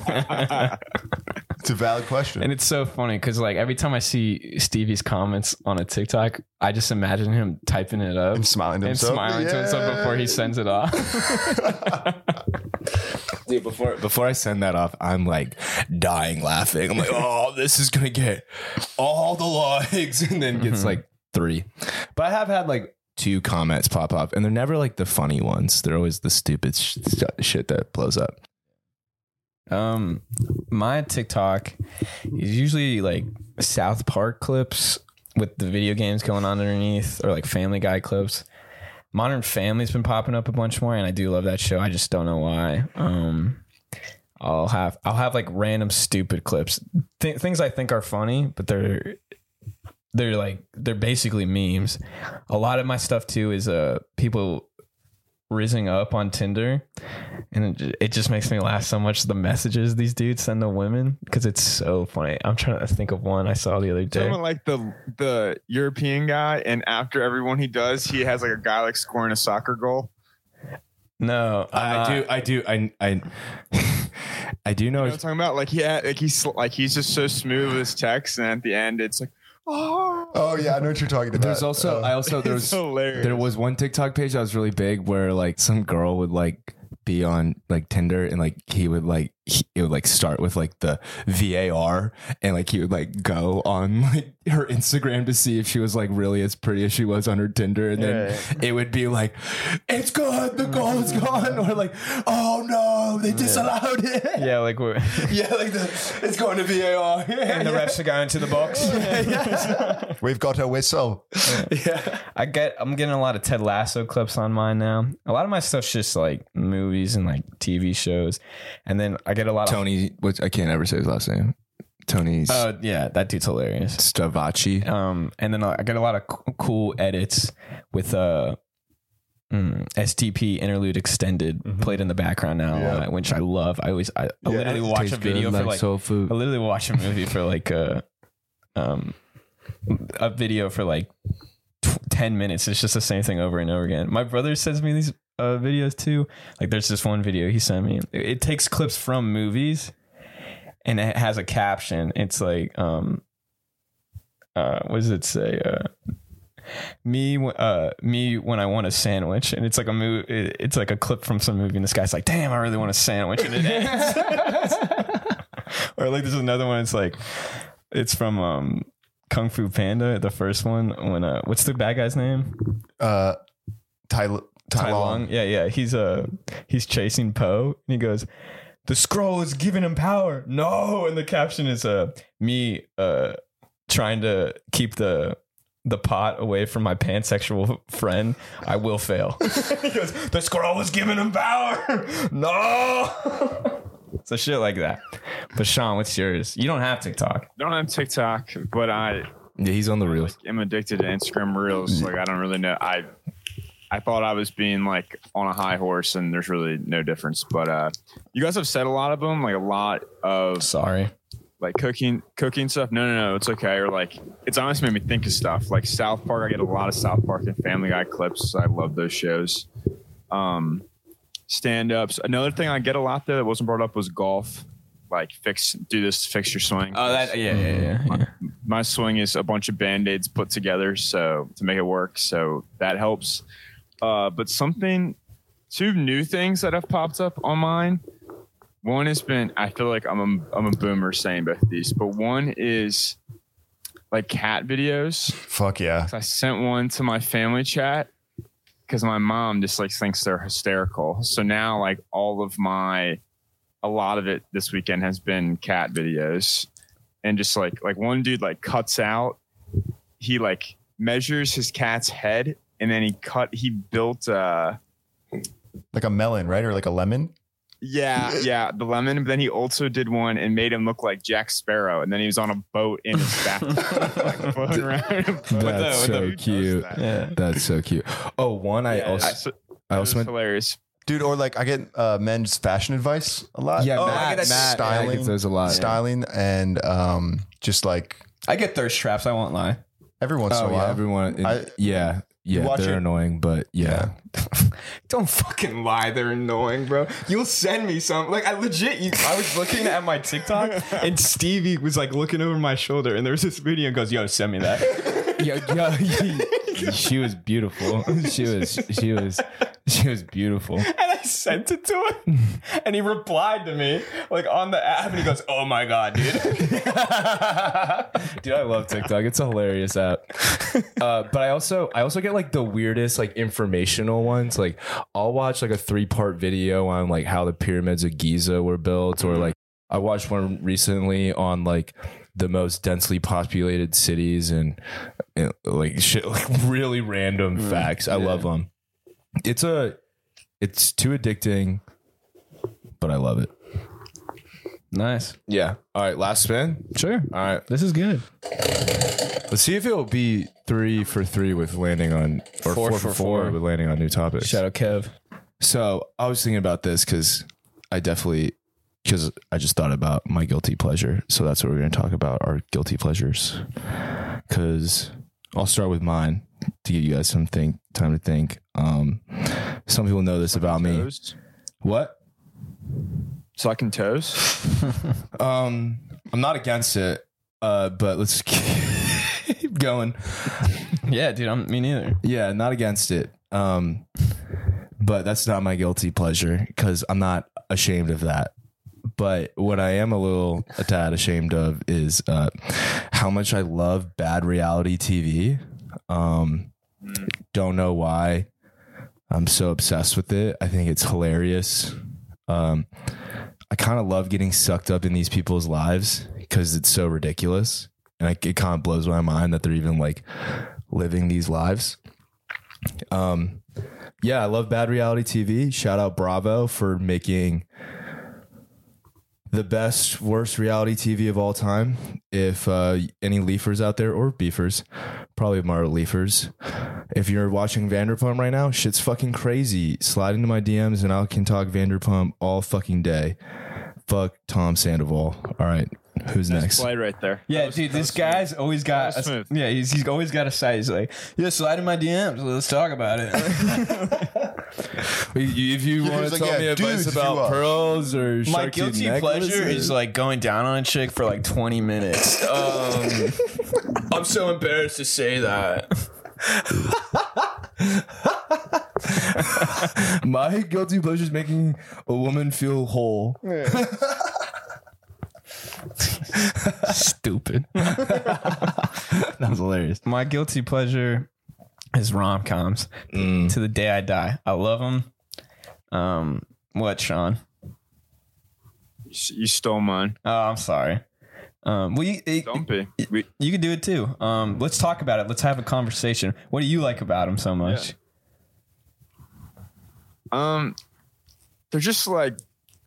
It's a valid question.
And it's so funny because like every time I see Stevie's comments on a TikTok, I just imagine him typing it up
and smiling to
and
himself.
smiling to himself before he sends it off.
Dude, before before I send that off, I'm like dying laughing. I'm like, oh, this is gonna get all the likes, and then
Mm-hmm.
gets like three. But I have had like two comments pop up, and they're never like the funny ones. They're always the stupid sh- sh- shit that blows up.
Um, my TikTok is usually like South Park clips with the video games going on underneath, or like Family Guy clips. Modern Family's been popping up a bunch more, and I do love that show. I just don't know why. Um, I'll have I'll have like random stupid clips, Th- things I think are funny, but they're they're like they're basically memes. A lot of my stuff too is uh people rising up on Tinder and it, ju- it just makes me laugh so much the messages these dudes send the women because it's so funny. I'm trying to think of one I saw the other day.
Someone like the the European guy, and after everyone he does, he has like a guy like scoring a soccer goal.
No,
I,
I'm
do, I do, I I I do know.
You know what I'm talking about? Like yeah, like he's like he's just so smooth with his text, and at the end it's like, oh,
Oh yeah, I know what you're talking about. Uh,
There's also I also there was
it's hilarious.
there was one TikTok page that was really big where like some girl would like be on like Tinder and like he would like he, it would like start with like the VAR and like he would like go on like her Instagram to see if she was like really as pretty as she was on her Tinder and then it would be like it's good the goal is gone or like oh no they disallowed it yeah,
yeah, like we're,
like the, it's going to VAR
and the refs are going to the box.
We've got a whistle.
I get I'm getting a lot of Ted Lasso clips on mine now. A lot of my stuff's just like movies and like TV shows, and then I get a lot
Tony which I can't ever say his last name Tony's
of. Oh yeah, that dude's hilarious.
Stavacci
um, and then I got a lot of c- cool edits with uh, mm, STP interlude extended played in the background now, a lot, which I love. I always I, I literally watch a
Tastes good
video for like
soul food
I literally watch a movie for like a um a video for like tw- ten minutes. It's just the same thing over and over again. My brother sends me these uh, videos too. Like there's this one video he sent me. It, it takes clips from movies and it has a caption. It's like um uh what does it say uh me w- uh me when I want a sandwich and it's like a movie it's like a clip from some movie and this guy's like damn I really want a sandwich and it ends or like there's another one it's like it's from um Kung Fu Panda the first one when uh what's the bad guy's name
Uh, Ty, Ty, Long.
uh, uh,
I don't have TikTok, but I
yeah he's on the reels
am addicted to Instagram Reels. Like I don't really know. I I thought I was being like on a high horse, and there's really no difference. But uh, you guys have said a lot of them, like a lot of
Sorry.
like cooking cooking stuff. No, no, no, it's okay. Or like it's honestly made me think of stuff like South Park. I get a lot of South Park and Family Guy clips. I love those shows. Um, stand ups. Another thing I get a lot though that wasn't brought up was golf. Like fix do this to fix your swing.
Oh, yeah, yeah,
Mm-hmm.
yeah. yeah.
my swing is a bunch of band-aids put together so to make it work so that helps uh, but something two new things that have popped up on mine one has been i feel like i'm a, I'm a boomer saying both of these but one is like cat videos
Fuck yeah.
i sent one to my family chat because my mom just like thinks they're hysterical so now like all of my a lot of it this weekend has been cat videos and just like like one dude like cuts out he like measures his cat's head and then he cut he built uh
like a melon, right? Or like a lemon.
Yeah, yeah, the lemon. But then he also did one and made him look like Jack Sparrow, and then he was on a boat in his bathroom, like floating around. That's
That's so cute.
Yeah.
That's so cute. Oh, one I also I also went.
hilarious.
Dude, or like I get uh, men's fashion advice a lot.
Yeah,
Oh,
Matt,
I get
Matt, I
styling,
get those a lot.
styling, and um, just like
I get thirst traps. I won't lie.
every once in
Oh
a
yeah,
while.
everyone. it-
I-
yeah, yeah,
watch
they're
it-
annoying, but yeah.
Don't fucking lie. They're annoying, bro. You'll send me some. Like, I legit, you, I was looking at my TikTok and Stevie was like looking over my shoulder and there was this video and goes, yo, send me that.
Yo, yo, she was beautiful. She was, she was, she was beautiful.
And I sent it to him and he replied to me like on the app and he goes, oh my God, dude.
Dude, I love TikTok. It's a hilarious app. Uh, but I also I also get like the weirdest like informational ones. Like I'll watch like a three part video on like how the pyramids of Giza were built,
Mm-hmm.
or like I watched one recently on like the most densely populated cities and, and, like shit like really random
Mm-hmm.
facts. I love them. It's a it's too addicting, but I love it.
Nice.
Yeah. All right. Last spin.
Sure.
All right.
This is good.
Let's see if it'll be three for three with landing on or four, for four, with landing on new topics.
Shout out Kev.
So I was thinking about this because I definitely because I just thought about my guilty pleasure. So that's what we're going to talk about our guilty pleasures. Because I'll start with mine to give you guys some think time to think. Um, some people know this about me.
Toast,
What?
sucking toes.
Um, I'm not against it, uh, but let's keep going.
Yeah, dude, I'm me neither.
Yeah, not against it. Um, but that's not my guilty pleasure because I'm not ashamed of that. But what I am a little a tad ashamed of is uh, how much I love bad reality TV. Um, don't know why I'm so obsessed with it. I think it's hilarious. Um, I kind of love getting sucked up in these people's lives because it's so ridiculous, and I, it kind of blows my mind that they're even like living these lives. Um, yeah, I love bad reality TV. Shout out Bravo for making the best, worst reality TV of all time. If uh, any Leafers out there or Beefers, probably more Leafers, if you're watching Vanderpump right now, shit's fucking crazy. Slide into my DMs and I can talk Vanderpump all fucking day. Fuck Tom Sandoval. All right, who's next?
Slide right there.
Yeah, dude, this guy's always got.
That was
A,
smooth.
yeah, he's, he's always got a site. He's like, yeah, slide in my DMs. Let's talk about it.
If you want
was
to
like,
tell
yeah,
me advice
dudes, if you
about
are.
pearls or
My
shark
guilty
tooth
pleasure
necklaces-
is like going down on a chick for like 20 minutes. Um, I'm so embarrassed to say that.
My guilty pleasure is making a woman feel whole. Stupid. that was hilarious.
My guilty pleasure is rom coms to the day I die. I love them. Um, what, Sean?
You s- You stole mine.
Oh, I'm sorry. Um, well, you, it-
Don't be. We,
You can do it too. Um, let's talk about it. Let's have a conversation. What do you like about him so much?
um, they're just like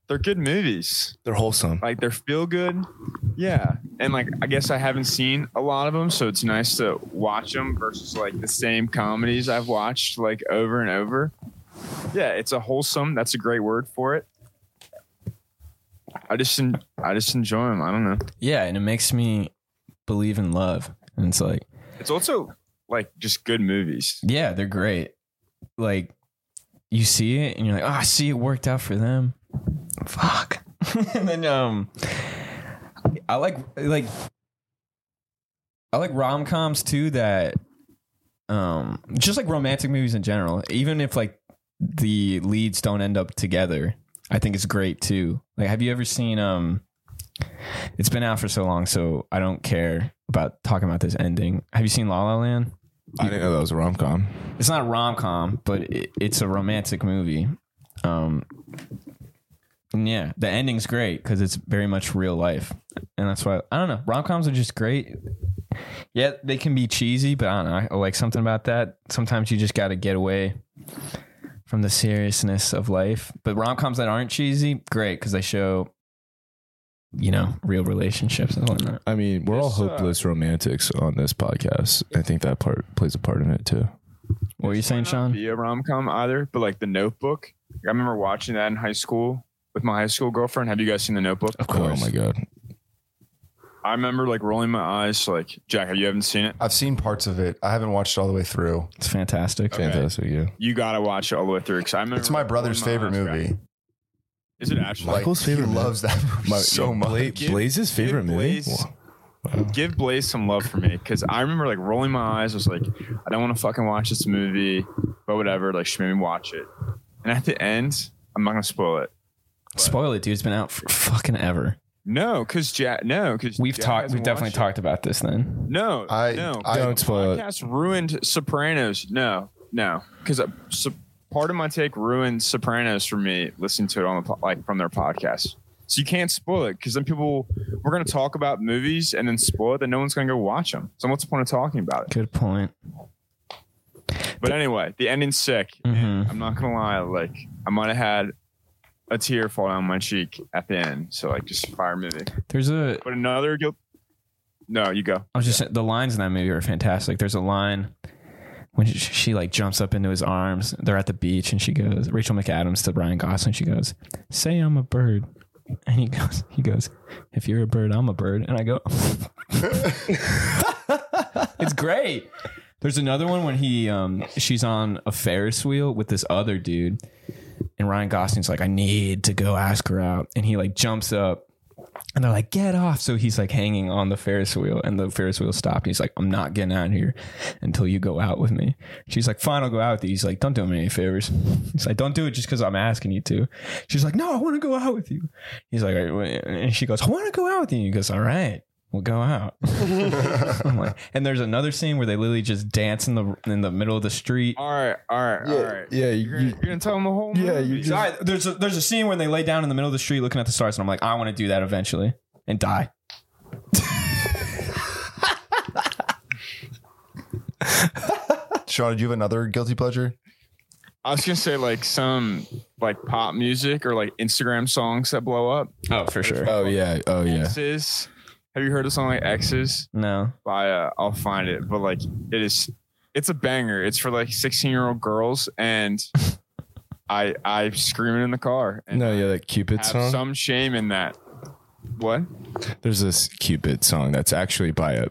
they're good movies.
They're wholesome.
Like they're feel good. Yeah, and like I guess I haven't seen a lot of them, so it's nice to watch them versus like the same comedies I've watched like over and over. Yeah, it's a wholesome. That's a great word for it. I just en- I just enjoy them. I don't know.
Yeah, and it makes me believe in love. And it's like,
It's also like just good movies.
yeah, they're great. Like you see it and you're like, oh, I see it worked out for them. Fuck. and then um I like like I like rom coms too that um just like romantic movies in general, even if like the leads don't end up together, I think it's great too. Like have you ever seen um it's been out for so long, so I don't care about talking about this ending. Have you seen La La Land?
I didn't know that was a rom com.
it's not a rom com, but it, it's a romantic movie. Um, and yeah, the ending's great because it's very much real life, and that's why I don't know. Rom coms are just great. Yeah, they can be cheesy, but I don't know. I like something about that. Sometimes you just got to get away from the seriousness of life. But rom coms that aren't cheesy, great because they show, you know, real relationships and whatnot.
I mean, we're all hopeless romantics on this podcast. I think that part plays a part in it too.
What were you saying, Sean?
be a rom com either, but like The Notebook. I remember watching that in high school with my high school girlfriend. Have you guys seen The Notebook?
Of course. Oh my god.
I remember like rolling my eyes, like Jack. You haven't seen it.
I've seen parts of it. I haven't watched it all the way through.
It's fantastic.
Fantastic, yeah.
You gotta watch it all the way through because I remember.
It's my brother's
rolling my
favorite
eyes, right?
movie.
Is it actually?
Like,
Michael's favorite
He
movie.
loves that movie so much.
Give-
Uh, Blaze's
give
favorite movie.
Blaze- Give Blaze some love for me because I remember like rolling my eyes. I was like, I don't want to fucking watch this movie, but whatever. Like she made me watch it, and at the end, I'm not gonna spoil it.
Spoil it, dude. It's been out for fucking ever.
No, because Jack. No, because
We've talked. We've definitely talked about this. Then
No,
I,
no.
I
Don't spoil it.
podcast ruined Sopranos. No, no, because so, part of my take ruined Sopranos for me. Listening to it on the po- like from their podcast, so you can't spoil it because then people we're going to talk about movies and then spoil it, then no one's going to go watch them. So what's the point of talking about it?
good point.
But anyway, the ending's sick.
Mhm.
I'm not going to lie, like I might have had a tear fall down my cheek at the end. So like just fire movie.
There's a
But another guilt. No, you go.
I was just saying, the lines in that movie are fantastic. There's a line when she, she like jumps up into his arms. They're at the beach, and she goes, Rachel McAdams to Brian Gosling. She goes, "Say I'm a bird," and he goes, "He goes, if you're a bird, I'm a bird." And I go, "It's great." There's another one when he, um, she's on a Ferris wheel with this other dude, and Ryan Gosling's like, "I need to go ask her out," and he like jumps up and they're like, get off. So he's like hanging on the Ferris wheel and the Ferris wheel stopped. He's like, I'm not getting out of here until you go out with me. She's like, fine, I'll go out with you. He's like, don't do me any favors. He's like, don't do it just because I'm asking you to. She's like, no, I want to go out with you. He's like, "All right," and she goes, I want to go out with you. He goes, all right. We'll go out. I'm like- and there's another scene where they literally just dance in the in the middle of the street.
All right, all right, all right.
Yeah,
You're gonna, you're gonna tell them the whole
Yeah,
movie.
you just-
Sorry, there's a, there's a scene where they lay down in the middle of the street looking at the stars, and I'm like, I want to do that eventually and die.
Sean, do you have another guilty pleasure?
I was gonna say like some like pop music or like Instagram songs that blow up.
Oh, for sure.
Oh yeah. Oh yeah.
X's. Have you heard a song like X's
No.
by uh, I'll find it, but like it is it's a banger. It's for like 16 year old girls and I I scream it in the car and
No, yeah, that Cupid
uh, have
song.
some shame in that. What?
There's this Cupid song that's actually by a,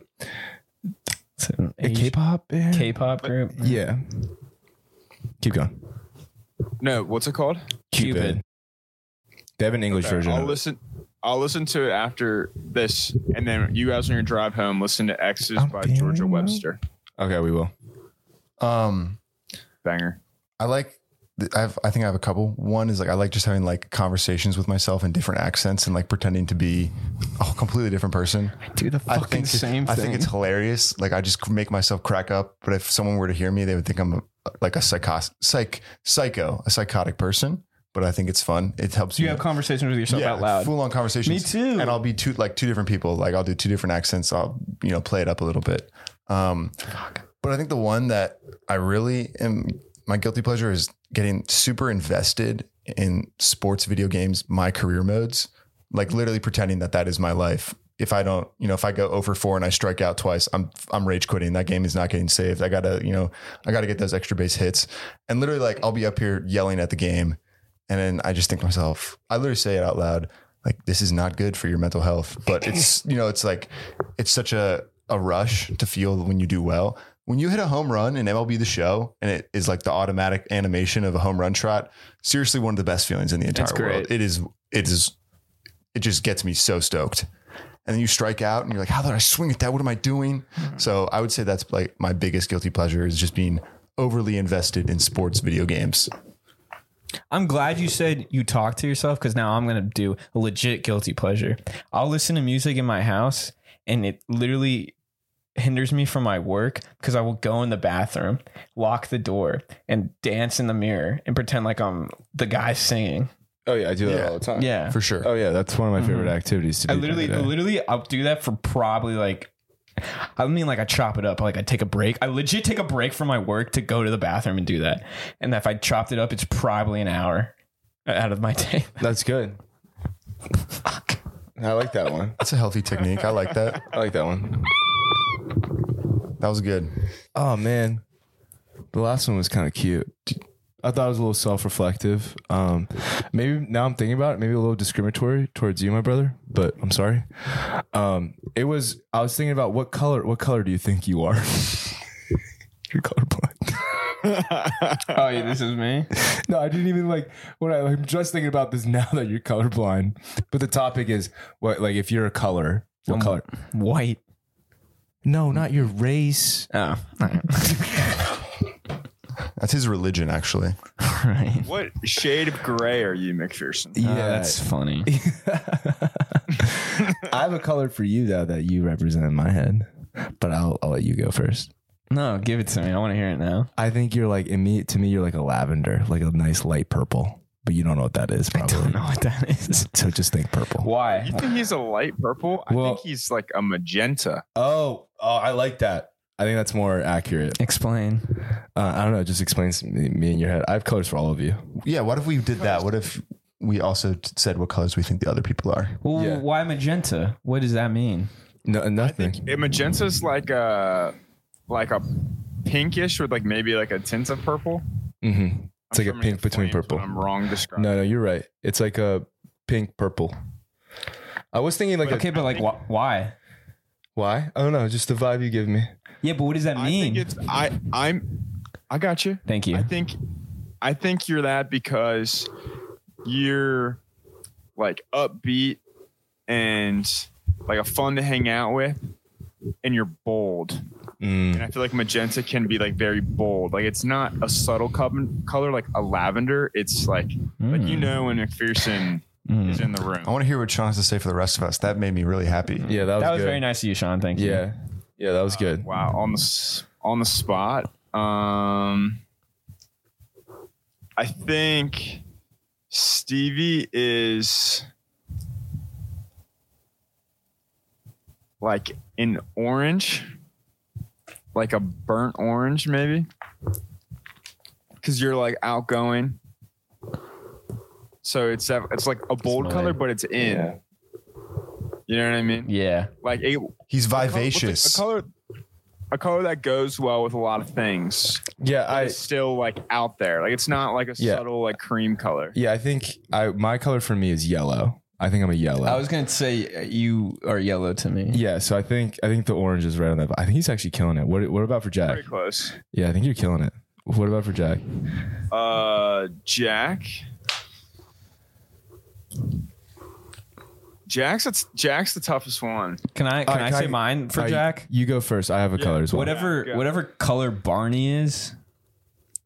It's an
a K-pop band.
K-pop group.
yeah. Keep going.
No, what's it called?
Cupid.
Cupid.
They have an English version.
I'll
of it.
listen I'll listen to it after this and then you guys on your drive home listen to X's
I'm
by
feeling
Georgia
well.
Webster.
Okay, we will.
Um,
Banger.
I like. I have. I think I have a couple. One is like I like just having like conversations with myself in different accents and like pretending to be a completely different person.
Do the
I think I think it's hilarious. Like I just make myself crack up. But if someone were to hear me, they would think I'm a, like a psychos, psych, psycho, a psychotic person. But I think it's fun. It helps
you have conversations with yourself out loud.
Full on conversations.
Me too.
And I'll be two like two different people. Like I'll do two different accents. I'll you know play it up a little bit. Um, but I think the one that I really am my guilty pleasure is getting super invested in sports, video games, my career modes. Like literally pretending that that is my life. If I don't, you know, if I go over four and I strike out twice, I'm I'm rage quitting. That game is not getting saved. I gotta, you know, I gotta get those extra base hits. And literally, like I'll be up here yelling at the game, and then I just think to myself, I literally say it out loud, like this is not good for your mental health. But it's you know, it's like it's such a a rush to feel when you do well. When you hit a home run in MLB the show and it is like the automatic animation of a home run shot, seriously one of the best feelings in the entire world. It is it is it just gets me so stoked. And then you strike out and you're like, how did I swing at that? What am I doing? So I would say that's like my biggest guilty pleasure is just being overly invested in sports video games.
I'm glad you said you talk to yourself because now I'm gonna do a legit guilty pleasure. I'll listen to music in my house and it literally hinders me from my work because I will go in the bathroom, lock the door, and dance in the mirror and pretend like I'm the guy singing.
Oh yeah, Oh. I do that all the time.
Yeah. Mm-hmm.
for sure. Oh yeah, that's one of my favorite activities to do.
I literally,
during the day.
literally, I'll do that for probably like I mean, like I chop it up. Like I take a break. I legit take a break from my work to go to the bathroom and do that. And if I chopped it up, it's probably an hour out of my day.
That's good. I like that one.
That's a healthy technique. I like that.
I like that one.
That was good.
Oh man, the last one was kind of cute. I thought it was a little self-reflective. Um, maybe now I'm thinking about it, maybe a little discriminatory towards you, my brother. But I'm sorry. Um, it was. I was thinking about what color. What color do you think you are? You're colorblind.
oh yeah, this is me.
no, I didn't even like. What I, I'm just thinking about this now that you're colorblind. But the topic is what, like, if you're a color, what color?
White.
No, not your race.
Oh,
That's his religion, actually.
right. Oh,
What shade of gray are you, McPherson?
Yeah,
that's funny.
I have a color for you though that you represent in my head, but I'll I'll let you go first.
No, give it to me. I want to hear it now.
I think you're like in me to me you're like a lavender, like a nice light purple, but you don't know what that is probably.
I don't know what that is.
So just think purple.
Why?
You think he's a light purple? I
Well-
think he's like a magenta.
Oh, oh, I like that. I think that's more accurate.
Explain.
Uh, I don't know. It just explains me, me in your head. I have colors for all of you.
Yeah. What if we did that? What if we also t- said what colors we think the other people are?
Well,
Yeah.
why magenta? What does that mean?
No, nothing.
A magenta's like a like a pinkish with like maybe like a tint of purple.
mm-hmm. It's
I'm
like a
sure Mr.
pink between
Flames,
purple.
I'm wrong describing.
No, no, you're right. It's like a pink purple. I was thinking like
Okay,
a,
but like, wh- why?
why? I don't know. Just the vibe you give me.
Yeah, but what does that
I think
mean?
it's I I'm I got you.
Thank you.
I think I think you're that because you're like upbeat and like a fun to hang out with and you're bold. And I feel like magenta can be like very bold. Like it's not a subtle co- color like a lavender. It's like like
Mm. Hmm.
you know when McPherson is in the room.
I want to hear what Sean has to say for the rest of us. That made me really happy.
Yeah, that was,
That was
good.
very nice Uh, of you, Sean. Thank you.
Yeah, yeah, that was good.
Wow, on the s- on the spot. Um, I think Stevie is like an orange, like a burnt orange, maybe. Because you're like outgoing. So it's that, it's like a bold color, but it's in. You know what I mean?
Yeah.
Like it,
He's
color- what's
vivacious.
A color, a color that goes well with a lot of things.
Yeah, I
It's still like out there. Like it's not like a
Yeah.
subtle like cream color.
yeah, I think I my color for me is yellow. I think I'm a yellow.
I was going to say uh, you are yellow to me.
yeah, so I think I think the orange is right on that. I think he's actually killing it. What what about for Jack?
Very close.
Yeah, I think you're killing it. What about for Jack?
Uh, Jack. Jack's it's Jack's the toughest one.
Can I can
Uh,
I
can
say
I-
mine for
Uh,
Jack?
you go first. I have a color as well.
Whatever
Yeah, go.
whatever color Barney is.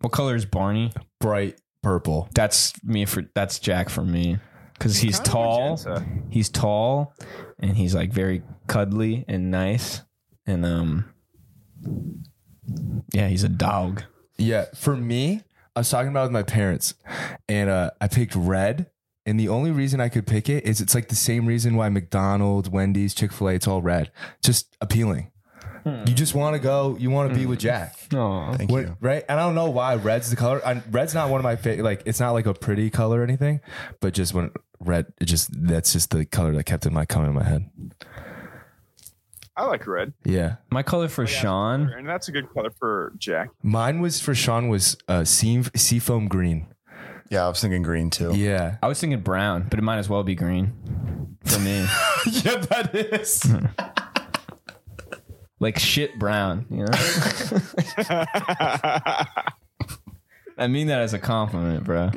What color is Barney?
Bright purple.
That's me for that's Jack for me cuz he's
Kinda
tall.
magenta.
He's tall and he's like very cuddly and nice and um yeah, he's a dog.
Yeah, for me, I was talking about it with my parents, and uh, I picked red. And the only reason I could pick it is it's like the same reason why McDonald's, Wendy's, Chick Fil A, it's all red. Just appealing. You just want to go. You want to be with Jack.
Oh.
Thank
What-
you.
right? And I don't know why red's the color. I, red's not one of my favorite. Like, it's not like a pretty color or anything, but just when red, it just that's just the color that kept in my coming in my head.
I like red,
Oh, Yeah,
My color for
Hmm.
Sean.
and that's a good color for Jack.
mine was for Sean was uh, sea seafoam green.
Yeah, I was thinking green too.
Yeah,
I was thinking brown, but it might as well be green for me.
yeah, that is.
like shit brown, you know? I mean that as a compliment, bro.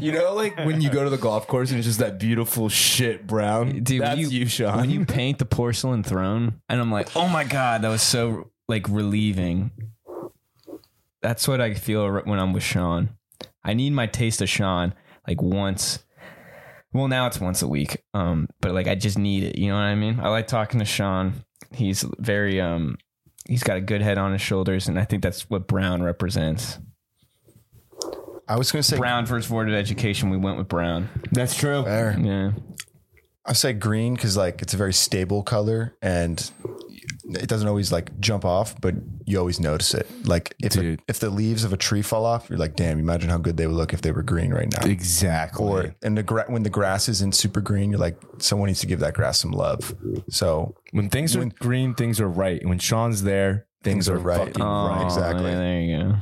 you know, like when you go to the golf course and it's just that beautiful shit brown.
Dude, when
that's you,
you-
Sean.
When you paint the porcelain throne, and I'm like, oh my god, that was so like relieving. That's what I feel r- when I'm with Sean. I need my taste of Sean like once. Well, now it's once a week, um, but like I just need it. You know what I mean? I like talking to Sean. He's very um, he's got a good head on his shoulders, and I think that's what Brown represents.
I was going to say
Brown first boarded education. We went with Brown.
that's true.
Fair.
Yeah.
I say green because like it's a very stable color, and it doesn't always like jump off, but you always notice it. Like if a-
Dude.
if the leaves of a tree fall off, you're like, damn, imagine how good they would look if they were green right now.
Exactly.
Or and the gra- when the grass isn't super green, you're like, someone needs to give that grass some love. So
When things are
When-
green, things are right. And when Sean's there, things,
things are right.
fucking
Oh,
right.
exactly.
yeah, there you go.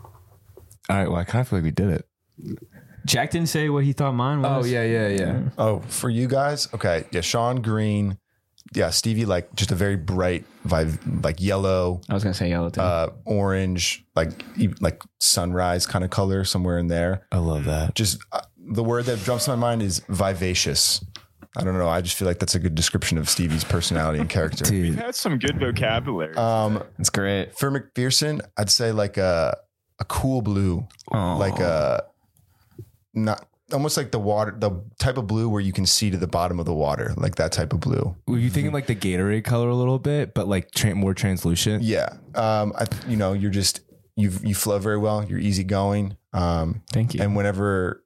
All right. Well, I kind of feel like we did it.
Jack didn't say what he thought mine was.
Oh, yeah, yeah.
Oh, for you guys, okay, yeah, Sean Green, yeah, Stevie, like just a very bright vibe, like yellow,
I was gonna say yellow too.
uh, orange, like e- like sunrise kind of color somewhere in there.
I love that.
Just uh, the word that jumps to my mind is vivacious. I don't know. I just feel like that's a good description of Stevie's personality and character.
Dude,
That's some good vocabulary.
Uh,
Um,
That's great.
for McPherson, I'd say like a a cool blue, like uh, a not almost like the water, the type of blue where you can see to the bottom of the water, like that type of blue.
were you thinking like the Gatorade color a little bit, but like tra- more translucent?
Yeah. Um, I, you know, you're just, you you flow very well. You're easygoing. Um,
Thank you.
and whenever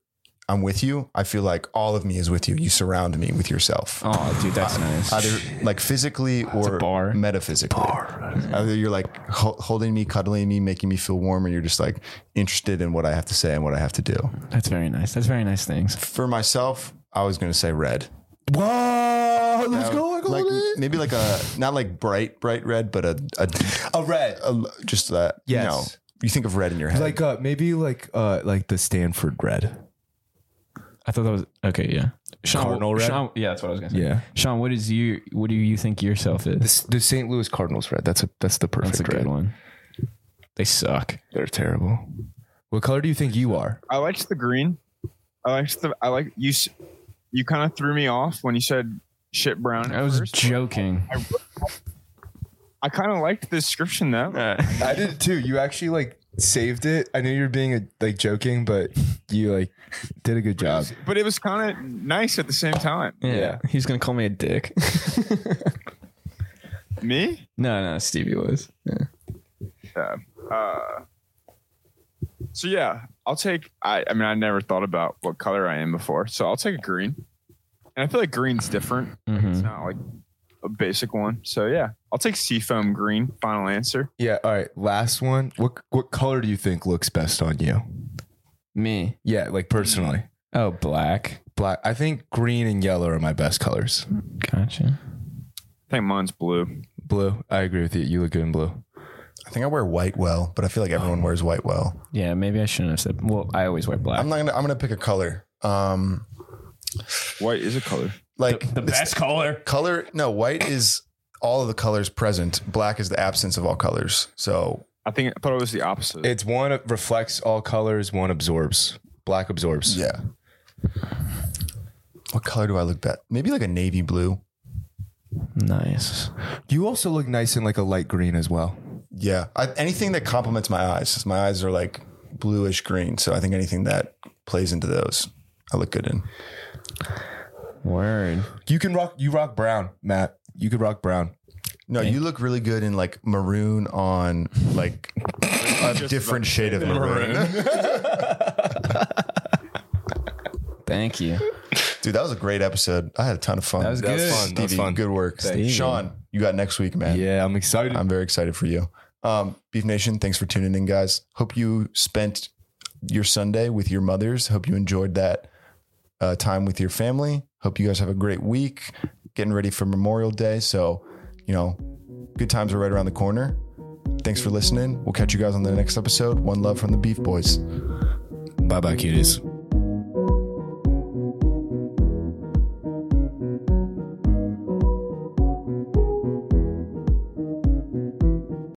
I'm with you, I feel like all of me is with you. You surround me with yourself.
oh, dude, that's nice.
Either like physically or
bar.
metaphysically. Either you're like ho- holding me, cuddling me, making me feel warm, or you're just like interested in what I have to say and what I have to do.
That's very nice. That's very nice things.
For myself, I was going to say red.
Whoa, let's
Uh, like maybe like a not like bright bright red, but a a,
A red.
a just that.
Yes.
You know, you think of red in your head.
Like uh, maybe like uh, like the Stanford red.
I thought that was okay. Yeah, Sean,
Cardinal red?
Sean, yeah, that's what I was gonna say.
Yeah.
Sean, what is you? What do you think yourself is?
The, the St. Louis Cardinals red. That's a that's the perfect
that's a
red.
good one. They suck.
They're terrible. What color do you think you are?
I liked the green. I liked the. I like you. s- You kind of threw me off when you said shit brown. at
I was
first.
joking.
I kind of liked the description though.
I did too. You actually like saved it. I knew you were being a, like joking, but you like did a good job.
but it was kind of nice at the same time.
yeah.
Yeah.
he's gonna call me a dick.
Me?
no, no, Stevie was. Yeah.
Yeah. Uh, so yeah, I'll take. I, I mean, I never thought about what color I am before, so I'll take a green. And I feel like green's different. It's
Mhm.
not like a basic one. So yeah, I'll take seafoam green. Final answer.
Yeah. All right. Last one. What what color do you think looks best on you?
Me.
Yeah, like personally,
Oh, black.
black. I think green and yellow are my best colors.
Gotcha.
I think mine's blue.
Blue. I agree with you. You look good in blue.
I think I wear white well, but I feel like everyone wears white well.
Yeah, maybe I shouldn't have said. Well, Oh. I always wear black.
I'm not gonna. I'm gonna pick a color. Um,
White is a color.
like it's-
color.
color. No, white is all of the colors present. Black is the absence of all colors. So
I think I thought it was the opposite.
It's one that reflects all colors. One absorbs. Black absorbs.
yeah. What color do I look best? Maybe like a navy blue.
Nice.
You also look nice in like a light green as well.
Yeah, I, anything that complements my eyes. 'cause My eyes are like bluish green, so I think anything that plays into those, I look good in.
Word.
You can rock. You rock brown, Matt. You could rock brown.
No, you look really good in like maroon on like a different shade of maroon.
Thank you.
Dude, that was a great episode. I had a ton of fun. That
was That was good.
fun. That was
Stevie,
fun.
Good work.
you.
Sean, you got next week, man.
Yeah, I'm excited.
I'm very excited for you. Um, Beef Nation, thanks for tuning in, guys. Hope you spent your Sunday with your mothers. Hope you enjoyed that uh, time with your family. Hope you guys have a great week. Getting ready for Memorial Day. So, you know, good times are right around the corner. Thanks for listening. We'll catch you guys on the next episode. One love from the Beef Boys.
Bye bye, cuties.